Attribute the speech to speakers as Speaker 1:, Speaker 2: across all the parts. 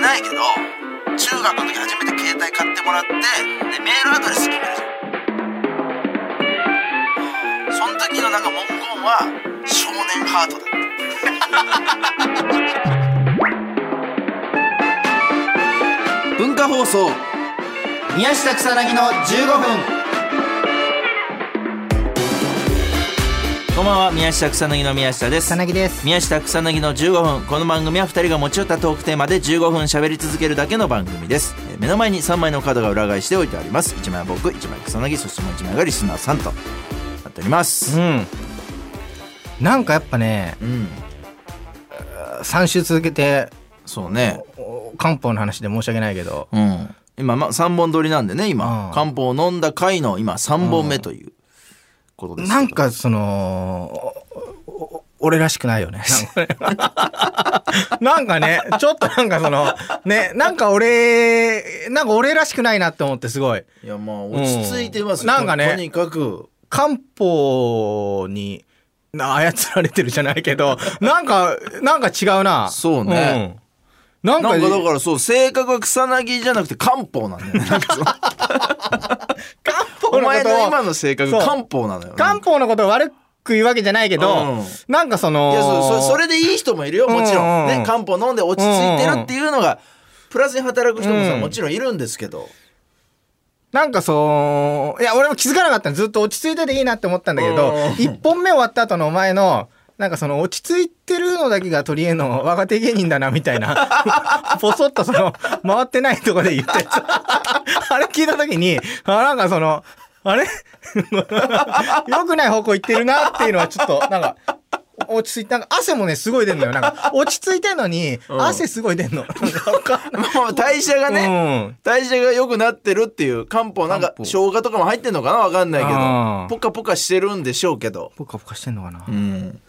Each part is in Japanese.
Speaker 1: ないけど中学の時初めて携帯買ってもらってでメールアドレス決めるじゃんその時のなんか文言は「少年ハート」だった
Speaker 2: 文化放送宮下草薙の15分
Speaker 3: こんばんは宮下草薙の宮下です
Speaker 2: 草薙です
Speaker 3: 宮下草薙の15分この番組は2人が持ち寄ったトークテーマで15分喋り続けるだけの番組ですえー目の前に3枚のカードが裏返しておいてあります1枚は僕1枚草薙そしてもう1枚がリスナーさんとなっております
Speaker 2: うんなんかやっぱね
Speaker 3: うん
Speaker 2: 3週続けて
Speaker 3: そうね
Speaker 2: お漢方の話で申し訳ないけど
Speaker 3: うん今、まあ、3本撮りなんでね今、
Speaker 2: うん
Speaker 3: 漢方を飲んだ回の今3本目ということですけど
Speaker 2: なんかそのおお俺らしくないよ ねなんかねなんかねちょっとなんかそのねなんか俺なんか俺らしくないなって思ってすごい
Speaker 3: いやまあ落ち着いてます、
Speaker 2: うんなんかね
Speaker 3: とにかく
Speaker 2: 漢方にな操られてるじゃないけどなんかなんか違うな
Speaker 3: そうね、
Speaker 2: うんなん
Speaker 3: な
Speaker 2: か
Speaker 3: んかだからそう性格は草薙じゃなくて漢方なんだよねなんかそう
Speaker 2: 漢
Speaker 3: お
Speaker 2: 方の
Speaker 3: 前
Speaker 2: こと
Speaker 3: の
Speaker 2: を
Speaker 3: 今の性格
Speaker 2: そう
Speaker 3: 漢方なのよ
Speaker 2: 漢方のことを悪く言うわけじゃないけ
Speaker 3: う
Speaker 2: ど、
Speaker 3: ん
Speaker 2: なんかその
Speaker 3: いやそうそそれでいい人もいるよもちろん、
Speaker 2: うんうんうん
Speaker 3: ね、漢方飲んで落ち着いてるっていうのがプラスに働く人もさ、
Speaker 2: うん
Speaker 3: もちろんいるんですけど
Speaker 2: なんかそういや俺も気づかなかったのずっと落ち着いてていいなって思ったんだけど
Speaker 3: うん
Speaker 2: 一本目終わった後のお前のなんかその落ち着いてるのだけが取り柄の若手芸人だなみたいな ぽそっとその回ってないとこで言ってた あれ聞いた時にあなんかそのあれ 良くない方向行ってるなっていうのはちょっとなんか落ち着いてなんか汗もねすごい出んのよなんか落ち着いてんのに
Speaker 3: ん
Speaker 2: 汗すごい出んの。なんかわか んない
Speaker 3: まあ代謝がね、
Speaker 2: うん
Speaker 3: 代謝が良くなってるっていう漢方なんか
Speaker 2: 漢方
Speaker 3: 生姜とかも入ってんのかなわかんない
Speaker 2: あー
Speaker 3: けどポカポカしてるんでしょうけど
Speaker 2: ポカポカしてんのかな
Speaker 3: うん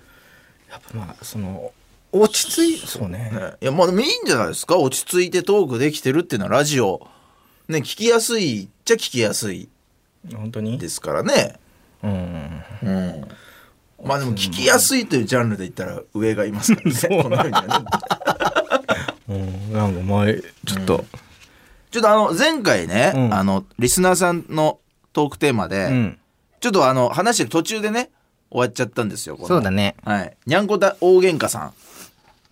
Speaker 2: まあその落ち着いそう
Speaker 3: ね
Speaker 2: ね
Speaker 3: いやまあでもいいんじゃないですか落ち着いてトークできてるっていうのはラジオね聞きやすいっちゃ聞きやすい
Speaker 2: 本当に
Speaker 3: ですからね
Speaker 2: うん
Speaker 3: うんまあでも聞きやすいというジャンルで言ったら上がいますからねこの世にはね
Speaker 2: うんなんか前ちょっと
Speaker 3: ちょっとあの前回ね、
Speaker 2: うん
Speaker 3: あのリスナーさんのトークテーマで、
Speaker 2: うん
Speaker 3: ちょっとあの話してる途中でね終わっちゃったんですよこの
Speaker 2: そうだね
Speaker 3: はいにゃんこだ大喧嘩さん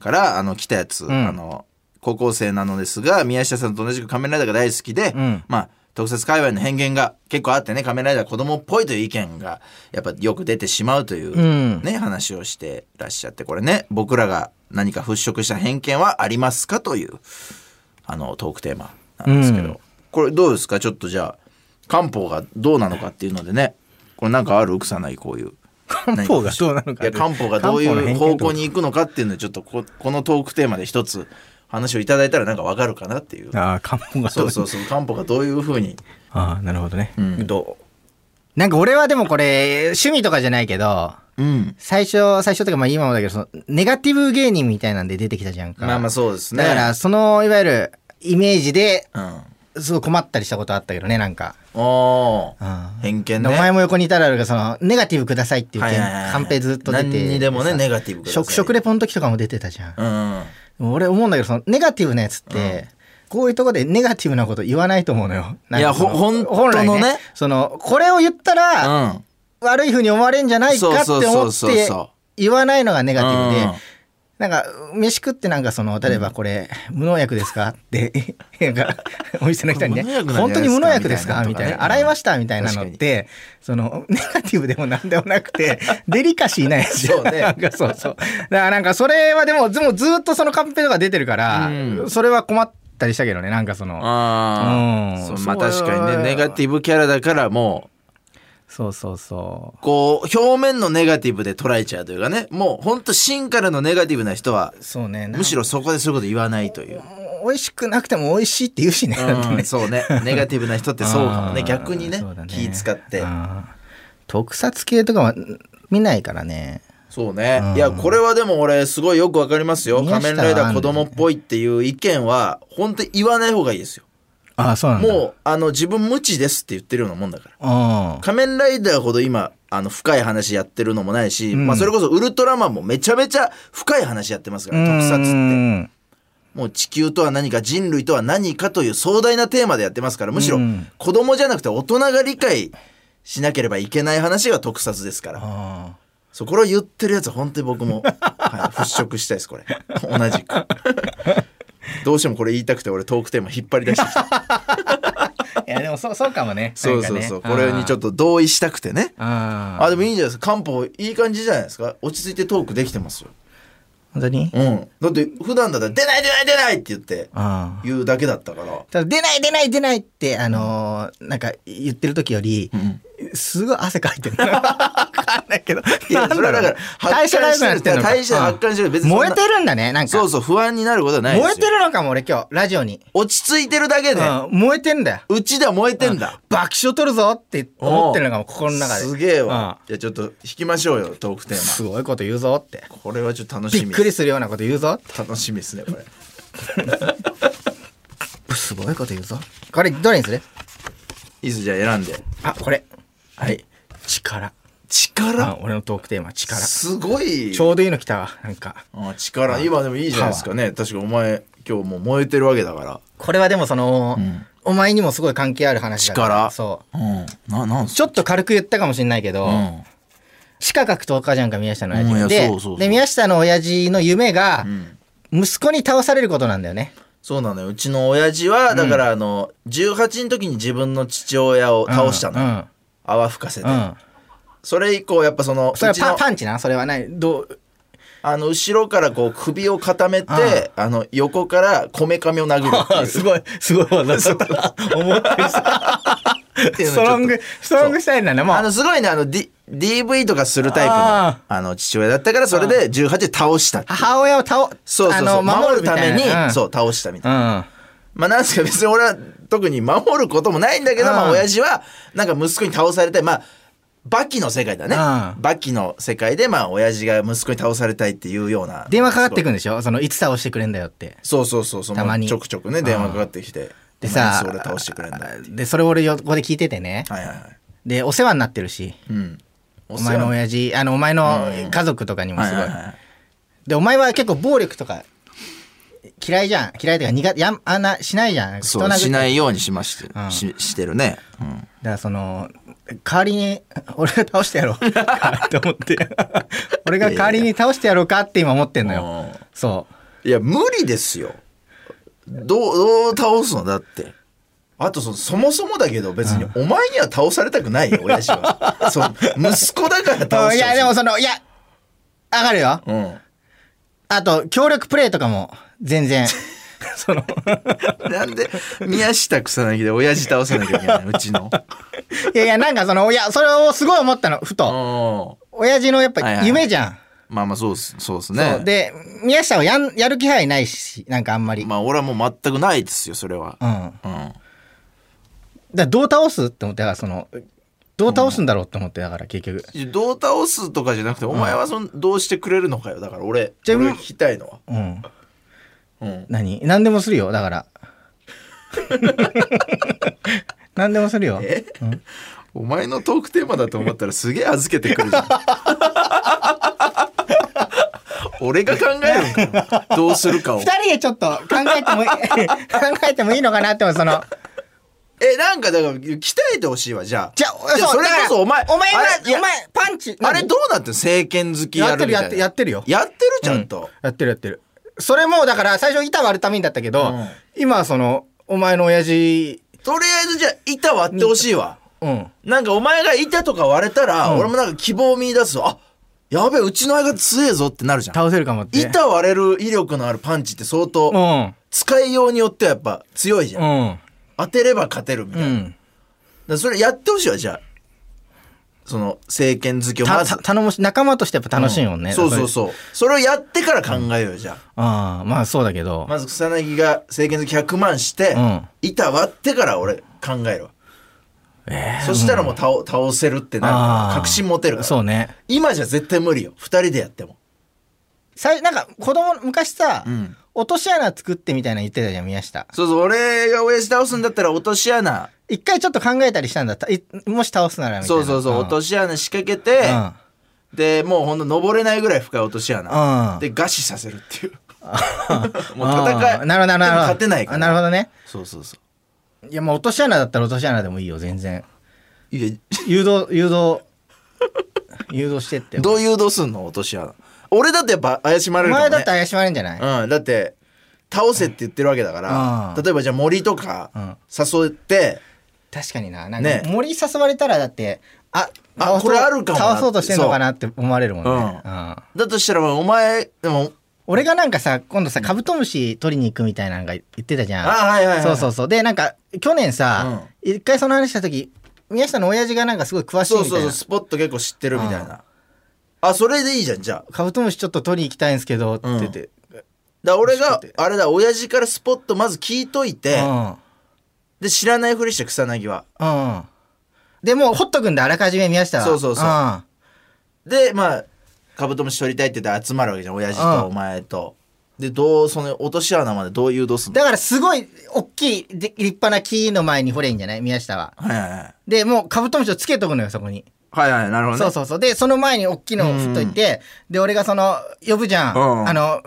Speaker 3: からあの来たやつ、
Speaker 2: ん
Speaker 3: あの高校生なのですが宮下さんと同じく仮面ライダーが大好きで、
Speaker 2: うん
Speaker 3: まあ特設界隈の偏見が結構あってね仮面ライダー子供っぽいという意見がやっぱよく出てしまうという、
Speaker 2: うん
Speaker 3: ね話をしてらっしゃってこれね僕らが何か払拭した偏見はありますかというあのトークテーマなんですけど、
Speaker 2: うん
Speaker 3: これどうですかちょっとじゃあ漢方がどうなのかっていうのでねこれなんかある草ないこういう。
Speaker 2: 漢方がどうなのか
Speaker 3: いや漢方がどう
Speaker 2: 漢方の
Speaker 3: いう
Speaker 2: 偏見とか
Speaker 3: 方向に行くのかっていうのでちょっとここのトークテーマで一つ話をいただいたらなんかわかるかなっていう
Speaker 2: ああ漢方がど
Speaker 3: そううそうそう漢方がどういうふうに
Speaker 2: ああなるほどね
Speaker 3: うん
Speaker 2: どうなんか俺はでもこれ趣味とかじゃないけど
Speaker 3: うん
Speaker 2: 最初最初とかまあ今もだけどそのネガティブ芸人みたいなんで出てきたじゃんか
Speaker 3: まあまあそうですね
Speaker 2: だからそのいわゆるイメージで
Speaker 3: うん
Speaker 2: すごい困ったりしたことあったけどねなんか
Speaker 3: おー
Speaker 2: ああ
Speaker 3: 偏見ね
Speaker 2: お前も横にいたらあるがそのネガティブくださいっていう
Speaker 3: はい
Speaker 2: 件
Speaker 3: はいはいはい
Speaker 2: カンペずっと出て
Speaker 3: 何にでもね
Speaker 2: さ
Speaker 3: ネガティブください
Speaker 2: 食食レポの時とかも出てたじゃん
Speaker 3: う、ん
Speaker 2: 俺思うんだけどそのネガティブなやつって、こういうとこでネガティブなこと言わないと思うのよなんか
Speaker 3: いや
Speaker 2: その
Speaker 3: ほほん
Speaker 2: 本来
Speaker 3: 本当のね
Speaker 2: そのこれを言ったら、
Speaker 3: うん
Speaker 2: 悪いふうに思われんじゃないかって
Speaker 3: そうそ
Speaker 2: 思
Speaker 3: う
Speaker 2: っ
Speaker 3: そう
Speaker 2: て
Speaker 3: そ
Speaker 2: 言わないのがネガティブで、
Speaker 3: うん
Speaker 2: なんか飯食ってなんかその例えばこれ、無農薬ですかってなんかお店の人にね
Speaker 3: 無農薬なんじゃないですか
Speaker 2: 本当に無農薬ですかみ
Speaker 3: み
Speaker 2: た
Speaker 3: た
Speaker 2: い
Speaker 3: いな
Speaker 2: な洗いましたみたいなのってそのネガティブでもなんでもなくてデリカシーないやつ
Speaker 3: そうね
Speaker 2: なんかそうそうだからなんかそれはでもでもずっとそのカンペとか出てるから、
Speaker 3: うん
Speaker 2: それは困ったりしたけどねなんかその
Speaker 3: あ
Speaker 2: うん
Speaker 3: ーそう
Speaker 2: そう
Speaker 3: まあ確かにねネガティブキャラだからも
Speaker 2: そうそうそう
Speaker 3: こう表面のネガティブで捉えちゃうというかねもうほんと芯からのネガティブな人は
Speaker 2: うそうねなんか
Speaker 3: むしろそこでそういうこと言わないという、
Speaker 2: 美味しくなくても美味しいって言うしね,だってね、
Speaker 3: うん、そう ねネガティブな人ってそうかもね
Speaker 2: あー
Speaker 3: 逆にね
Speaker 2: そうだ
Speaker 3: 気使って
Speaker 2: あー特撮系とかはん見ないからね
Speaker 3: そうね
Speaker 2: うん
Speaker 3: いやこれはでも俺すごいよくわかりますよ「
Speaker 2: 宮下
Speaker 3: 仮面ライダー子供っぽい」っていう意見は本当に言わない方がいいですよ
Speaker 2: ああそうなんだ
Speaker 3: もうあの自分無知ですって言ってるようなもんだから
Speaker 2: うん
Speaker 3: 仮面ライダーほど今あの深い話やってるのもないし、
Speaker 2: うん
Speaker 3: まあ、それこそウルトラマンもめちゃめちゃ深い話やってますから特撮って
Speaker 2: うん
Speaker 3: もう地球とは何か人類とは何かという壮大なテーマでやってますからむしろ
Speaker 2: うん
Speaker 3: 子供じゃなくて大人が理解しなければいけない話が特撮ですから
Speaker 2: あ
Speaker 3: そうこれを言ってるやつは本当に僕も、はい、払拭したいですこれ同じ くどうしてもこれ言いたくて俺トークテーマ引っ張り出してきた
Speaker 2: あ。いや、でもそう、 そうかもね。
Speaker 3: そうそうそう、これにちょっと
Speaker 2: と。
Speaker 3: 同意したくてね
Speaker 2: あー
Speaker 3: あでもいいんじゃないですか漢方いい感じじゃないですか落ち着いてトークできてますよ
Speaker 2: 本当に
Speaker 3: うんだって普段だったら「出ない出ない出ない!」って言って
Speaker 2: ああ。
Speaker 3: 言うだけだったから
Speaker 2: ただ出ない出ない出ないって、あのーなんか言ってる時より、すごい汗かいて る。わかんないけど。
Speaker 3: いや
Speaker 2: なん
Speaker 3: それはだから
Speaker 2: 代謝が良くなってんのか
Speaker 3: 代謝発汗してる別にそんな
Speaker 2: 燃えてるんだね、なんか。
Speaker 3: そうそう不安になることはないですよ
Speaker 2: 燃えてるのかも、俺今日、ラジオに。
Speaker 3: 落ち着いてるだけで
Speaker 2: うん、燃えてんだよ。
Speaker 3: うちでは燃えてんだ
Speaker 2: 爆笑取るぞって思ってるのがもう心の中で。
Speaker 3: すげえわじゃあちょっと引きましょうよトークテ
Speaker 2: うん。
Speaker 3: ー
Speaker 2: すごいこと言うぞって。
Speaker 3: マこれはちょっと楽
Speaker 2: び
Speaker 3: し
Speaker 2: っ
Speaker 3: み
Speaker 2: くりするようなこと言うぞ。
Speaker 3: 楽しみですねこれ
Speaker 2: すごいこと言うぞ。これ、どれにする
Speaker 3: いいっすじゃあ選んで
Speaker 2: あ、これ。
Speaker 3: はい
Speaker 2: 力。
Speaker 3: 力
Speaker 2: あ俺のトークテーマ、力。
Speaker 3: すごい
Speaker 2: ちょうどいいの来たわ。なんか。
Speaker 3: あ力今でもいいじゃないですかね確かお前今日もう燃えてるわけだから
Speaker 2: これはでもその、
Speaker 3: うん
Speaker 2: お前にもすごい関係ある話だから。
Speaker 3: 力
Speaker 2: そう。
Speaker 3: うんななんす
Speaker 2: ちょっと軽く言ったかもしれないけど、
Speaker 3: うん
Speaker 2: 四角格闘家じゃんか、宮下の
Speaker 3: うんい
Speaker 2: 親
Speaker 3: や
Speaker 2: 父。
Speaker 3: そ
Speaker 2: で
Speaker 3: うそうそう
Speaker 2: で、宮下の親父の夢が
Speaker 3: う、ん
Speaker 2: 息子に倒されることなんだよね。
Speaker 3: そうなのようちの親父はだからあの18の時に自分の父親を倒したのよ
Speaker 2: の。
Speaker 3: 泡吹かせて
Speaker 2: うん。うん。
Speaker 3: それ以降やっぱそのうち
Speaker 2: それはパ
Speaker 3: の
Speaker 2: パンチなそれはないどう
Speaker 3: あの後ろからこう首を固めてあの横からこめかみを殴るって いう
Speaker 2: ごいすごい技だったな思ってさ
Speaker 3: っていう
Speaker 2: ス
Speaker 3: のをちょ
Speaker 2: ト
Speaker 3: っと
Speaker 2: ロングストロングスタイルなんだも
Speaker 3: あ
Speaker 2: う
Speaker 3: のすごいねあの、D、DV とかするタイプの
Speaker 2: あ
Speaker 3: あの父親だったからそれで18で倒したっていう
Speaker 2: 母親を
Speaker 3: そう
Speaker 2: 倒
Speaker 3: そうそう
Speaker 2: あの
Speaker 3: 守るために
Speaker 2: みいなうん、
Speaker 3: そう倒したみたいな
Speaker 2: うん
Speaker 3: まあなんですか別に俺は特に守ることもないんだけど、
Speaker 2: うん
Speaker 3: まあ親父はなんか息子に倒されたいまあバキの世界だね、
Speaker 2: うん
Speaker 3: バキの世界でまあ親父が息子に倒されたいっていうような
Speaker 2: 電話かかってくんでしょそのいつ倒してくれんだよって
Speaker 3: そうそうそうそう
Speaker 2: たまに
Speaker 3: もうちょくちょくね電話かかってきて
Speaker 2: でさ
Speaker 3: お前いつ俺倒してくれんだって
Speaker 2: でそれ俺横で聞いててね
Speaker 3: はいはいはい
Speaker 2: でお世話になってるし
Speaker 3: うんお
Speaker 2: お前の親父あのお前の家族とかにもすごいでお前は結構暴力とか嫌いじゃん嫌いというか苦手やんあんなしないじゃん人
Speaker 3: そ
Speaker 2: 殴
Speaker 3: う
Speaker 2: っ
Speaker 3: しな
Speaker 2: て
Speaker 3: いようにしまして、
Speaker 2: うん
Speaker 3: ししてるね、うん
Speaker 2: だからその代わりに俺が倒して やろうかと思って俺が代わりに倒してやろうかって今思ってんのよ
Speaker 3: うん
Speaker 2: そう
Speaker 3: いや無理ですよどうどう倒すのだってあとそそもそもだけど別にお前には倒されたくないよ親父は そう息子だから倒
Speaker 2: い
Speaker 3: してほし
Speaker 2: やでもそのいや上がるよ
Speaker 3: う
Speaker 2: あと協力プレイとかも 全然その
Speaker 3: ん、なんで宮下草薙で親父倒さなきゃいけないうちの
Speaker 2: いやいやなんかそのいやそれをすごい思ったのふと
Speaker 3: う
Speaker 2: 親父のやっ
Speaker 3: はい
Speaker 2: ぱ
Speaker 3: はい
Speaker 2: 夢じゃん、
Speaker 3: んまあまあそうっすそうです
Speaker 2: そう
Speaker 3: ね
Speaker 2: で宮下はやんやる気配ないしなんかあんまり、
Speaker 3: まあ俺はもう全くないですよそれは、
Speaker 2: うん
Speaker 3: うん、
Speaker 2: だからどう倒すって思ってだからそのどう倒すんだろうって思ってだから結局
Speaker 3: いやどう倒すとかじゃなくて、お前はそのどうしてくれるのかよだから俺
Speaker 2: じゃあ
Speaker 3: 俺が聞きたいのは、
Speaker 2: うん
Speaker 3: うん、
Speaker 2: 何何でもするよだから 何でもするよ
Speaker 3: え、お前のトークテーマだと思ったらすげえ預けてくる じゃん俺が考えるんかよどうする かを
Speaker 2: 二人でちょっと考えてもいい考えてもいいのかなって思うその
Speaker 3: えなんかだから鍛えてほしいわじゃあ
Speaker 2: じゃあ
Speaker 3: じゃあそれこそお前
Speaker 2: だからお前
Speaker 3: あれいや
Speaker 2: はお前パンチ
Speaker 3: あれ
Speaker 2: 何
Speaker 3: どうなってんの政権好きや
Speaker 2: やって
Speaker 3: るみ
Speaker 2: る
Speaker 3: たい
Speaker 2: やっ
Speaker 3: な
Speaker 2: てやってるよ
Speaker 3: やってるちゃんと、
Speaker 2: やってるやってるそれもだから最初板割るためにだったけど、
Speaker 3: うん
Speaker 2: 今はそのお前の親父
Speaker 3: とりあえずじゃあ板割ってほしいわ
Speaker 2: うん
Speaker 3: なんかお前が板とか割れたら、
Speaker 2: うん
Speaker 3: 俺もなんか希望を見出すわあやべえうちの相方強えぞってなるじゃん
Speaker 2: 倒せるかもって
Speaker 3: 板割れる威力のあるパンチって相当
Speaker 2: うん
Speaker 3: 使いようによってはやっぱ強いじゃん、
Speaker 2: うん
Speaker 3: 当てれば勝てるみたいうな、だか
Speaker 2: ん
Speaker 3: らそれやってほしいわじゃあその政権好きをま
Speaker 2: た
Speaker 3: ず
Speaker 2: た頼もし仲間としてやっぱ楽しいもんね、
Speaker 3: そうそう
Speaker 2: う
Speaker 3: そうそれをやってから考えようよじゃあ
Speaker 2: ああまあそうだけど、
Speaker 3: まず草薙が政権好き100万して、
Speaker 2: うん
Speaker 3: 板割ってから俺考えるわ
Speaker 2: え
Speaker 3: そしたらもう倒倒せるってなるから
Speaker 2: あー
Speaker 3: 確信持てるから
Speaker 2: そうね
Speaker 3: 今じゃ絶対無理よ2人でやっても
Speaker 2: 最なんか子供昔さ、
Speaker 3: うん
Speaker 2: 落とし穴作ってみたいなの言ってたじゃん宮下
Speaker 3: そうそう俺が親父倒すんだったら落とし穴
Speaker 2: 一回ちょっと考えたりしたんだったいもし倒すならみたい
Speaker 3: そ
Speaker 2: な
Speaker 3: うそうそう、
Speaker 2: ん
Speaker 3: 落とし穴仕掛けて、
Speaker 2: うん
Speaker 3: でもうほんと登れないぐらい深い落とし穴、
Speaker 2: うん
Speaker 3: で餓死させるっていうもう戦
Speaker 2: あー
Speaker 3: い
Speaker 2: なるほどなるほど
Speaker 3: でも勝てないから
Speaker 2: あなるほどね
Speaker 3: そうそうそ
Speaker 2: いやまあ落とし穴だったら落とし穴でもいいよ全 然
Speaker 3: うい
Speaker 2: 誘導誘導誘導してって
Speaker 3: やどう誘導すんの落とし穴俺だってやっぱ怪しま
Speaker 2: お
Speaker 3: れるかも、ね、
Speaker 2: 前だって怪しまれんじゃない、
Speaker 3: うん、だって倒せって言ってるわけだから、
Speaker 2: うん
Speaker 3: 例えばじゃあ森とか誘って、
Speaker 2: 確かにななん
Speaker 3: ね
Speaker 2: か森誘われたらだってあ
Speaker 3: あ
Speaker 2: 倒そ
Speaker 3: こ
Speaker 2: う
Speaker 3: れあるかもな
Speaker 2: 倒そうとしてんのかなって思われるもんね、
Speaker 3: うん
Speaker 2: うん
Speaker 3: だとしたらお前でも
Speaker 2: 俺がなんかさ今度さカブトムシ取りに行くみたいなのが言ってたじゃん
Speaker 3: あはいはいはい
Speaker 2: そうそうそうでなんか去年さ一、回その話した時宮下の親父がなんかすごい詳しいみ
Speaker 3: そ
Speaker 2: た
Speaker 3: うそ
Speaker 2: いな
Speaker 3: うそうスポット結構知ってるみたいな、あそれでいいじゃんじゃあ
Speaker 2: カブトムシちょっと取りに行きたいんですけどって言って、
Speaker 3: だから俺
Speaker 2: 欲し
Speaker 3: が
Speaker 2: くて
Speaker 3: あれだ親父からスポットまず聞いといて、
Speaker 2: うん
Speaker 3: で知らないふりして草薙は
Speaker 2: うんでもうほっとくんだあらかじめ宮下は
Speaker 3: そうそうそうんでまあカブトムシ取りたいって言って集まるわけじゃん親父とお前と、でどうその落とし穴までどう誘導すんの
Speaker 2: だからすごい大きいで立派な木の前に掘れんじゃない宮下は
Speaker 3: はいはいはい
Speaker 2: でもうカブトムシをつけとくのよそこに
Speaker 3: はいはいなるほどね
Speaker 2: そうそうそう。で、その前に大きいのを振っといて、で、俺がその、呼ぶじゃん。
Speaker 3: うん
Speaker 2: あの、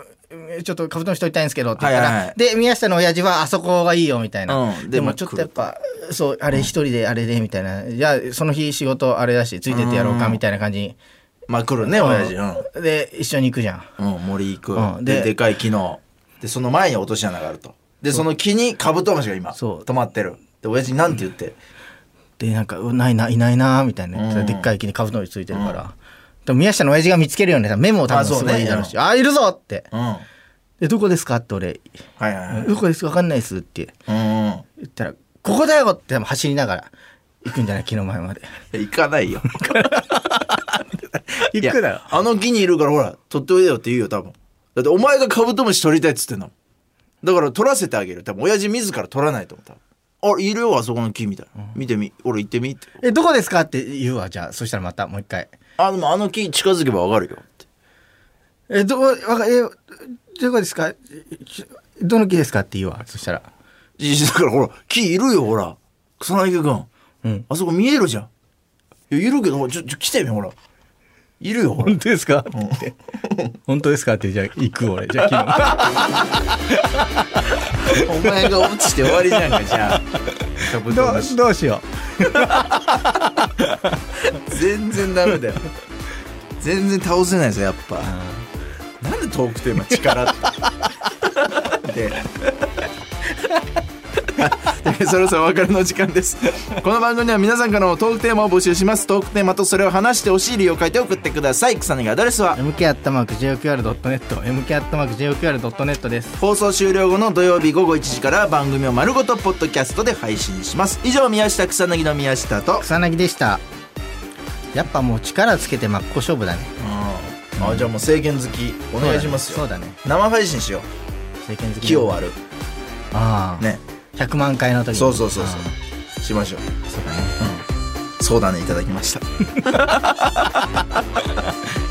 Speaker 2: ちょっとカブトムシ取りたいんですけどって言ったら、
Speaker 3: はいはいはい
Speaker 2: で、宮下の親父はあそこがいいよみたいな。
Speaker 3: うんで
Speaker 2: で
Speaker 3: ま
Speaker 2: も
Speaker 3: あ
Speaker 2: ちょっとやっぱ、そう、あれ一人であれでみたいな。じゃあ、その日仕事あれだし、ついてってやろうかみたいな感じに。
Speaker 3: まあ来るね親父うん
Speaker 2: うんで、一緒に行くじゃん。
Speaker 3: うん、森行く、
Speaker 2: うん
Speaker 3: で
Speaker 2: で
Speaker 3: でかい木のでその前に落とし穴があるとでその木にカブトムシが今
Speaker 2: そう
Speaker 3: 止まってるで親父なんて言って、
Speaker 2: で、なんか、うないな、いないな、みたいな言ってた
Speaker 3: うん
Speaker 2: ら。でっかい木にカブトムシついてるから。でも宮下の親父が見つけるよね。多分メモを多分
Speaker 3: あそう
Speaker 2: す
Speaker 3: ね
Speaker 2: ごいいいだろうし。あ、いるぞって。
Speaker 3: うん、はい
Speaker 2: で、どこですかって俺、
Speaker 3: はいはい
Speaker 2: どこですかわかんないっすって。
Speaker 3: うんうん
Speaker 2: 言ったら「ここだよ!」って走りながら行くんじゃない 木の前まで
Speaker 3: 行かないよ
Speaker 2: 行くだろ
Speaker 3: いやあの木にいるからほら取っておいでよって言うよ多分だってお前がカブトムシ取りたいっつってんのだから取らせてあげる多分親父自ら取らないと思う多分あいるよあそこの木みたいな、見てみ俺行ってみって
Speaker 2: えどこですかって言うわじゃあそしたらまたもう一回
Speaker 3: あでもあの木近づけばわかるよって
Speaker 2: えどこわかえどこですかちどの木ですかって言うわそしたら
Speaker 3: いやだからほら木いるよほら草薙君
Speaker 2: うん
Speaker 3: あそこ見えるじゃん。いや、いるけど、ほらちょ、ちょ、来てみ、ほら。いるよ、ほら。
Speaker 2: 本当ですか?」って言って「 本当ですか?」ってじゃあ行く俺じゃあ
Speaker 3: お前が落ちて終わりじゃんか、じゃあ。カブ
Speaker 2: 木の
Speaker 3: ト
Speaker 2: ど
Speaker 3: ム
Speaker 2: う
Speaker 3: シ。
Speaker 2: どうしよ
Speaker 3: 全然ダメ だよ。全然倒せないですよ、やっぱ。なんでトークテーマ力って。 で。でそろそろお別れの時間ですこの番組では皆さんからのトークテーマを募集しますトークテーマとそれを話してほしい理由を書いて送ってください草薙アドレス
Speaker 2: う
Speaker 3: は
Speaker 2: MK アットマーク JOQR.net MK アットマーク JOQR.net です
Speaker 3: 放送終了後の土曜日午後1時から番組を丸ごとポッドキャストで配信します以上宮下草薙の宮下と
Speaker 2: 草薙でしたやっぱもう力つけて真っ向勝負だね
Speaker 3: あじゃあもう制限好きお願いしますよ
Speaker 2: そうだね
Speaker 3: 生配信しよ
Speaker 2: 政権好
Speaker 3: う
Speaker 2: き
Speaker 3: 木を割る
Speaker 2: ああ
Speaker 3: ね
Speaker 2: 100万回の時に
Speaker 3: そうそうそうそ
Speaker 2: あ
Speaker 3: うしましょう
Speaker 2: ーそ
Speaker 3: そ
Speaker 2: うだね
Speaker 3: うだねいただきました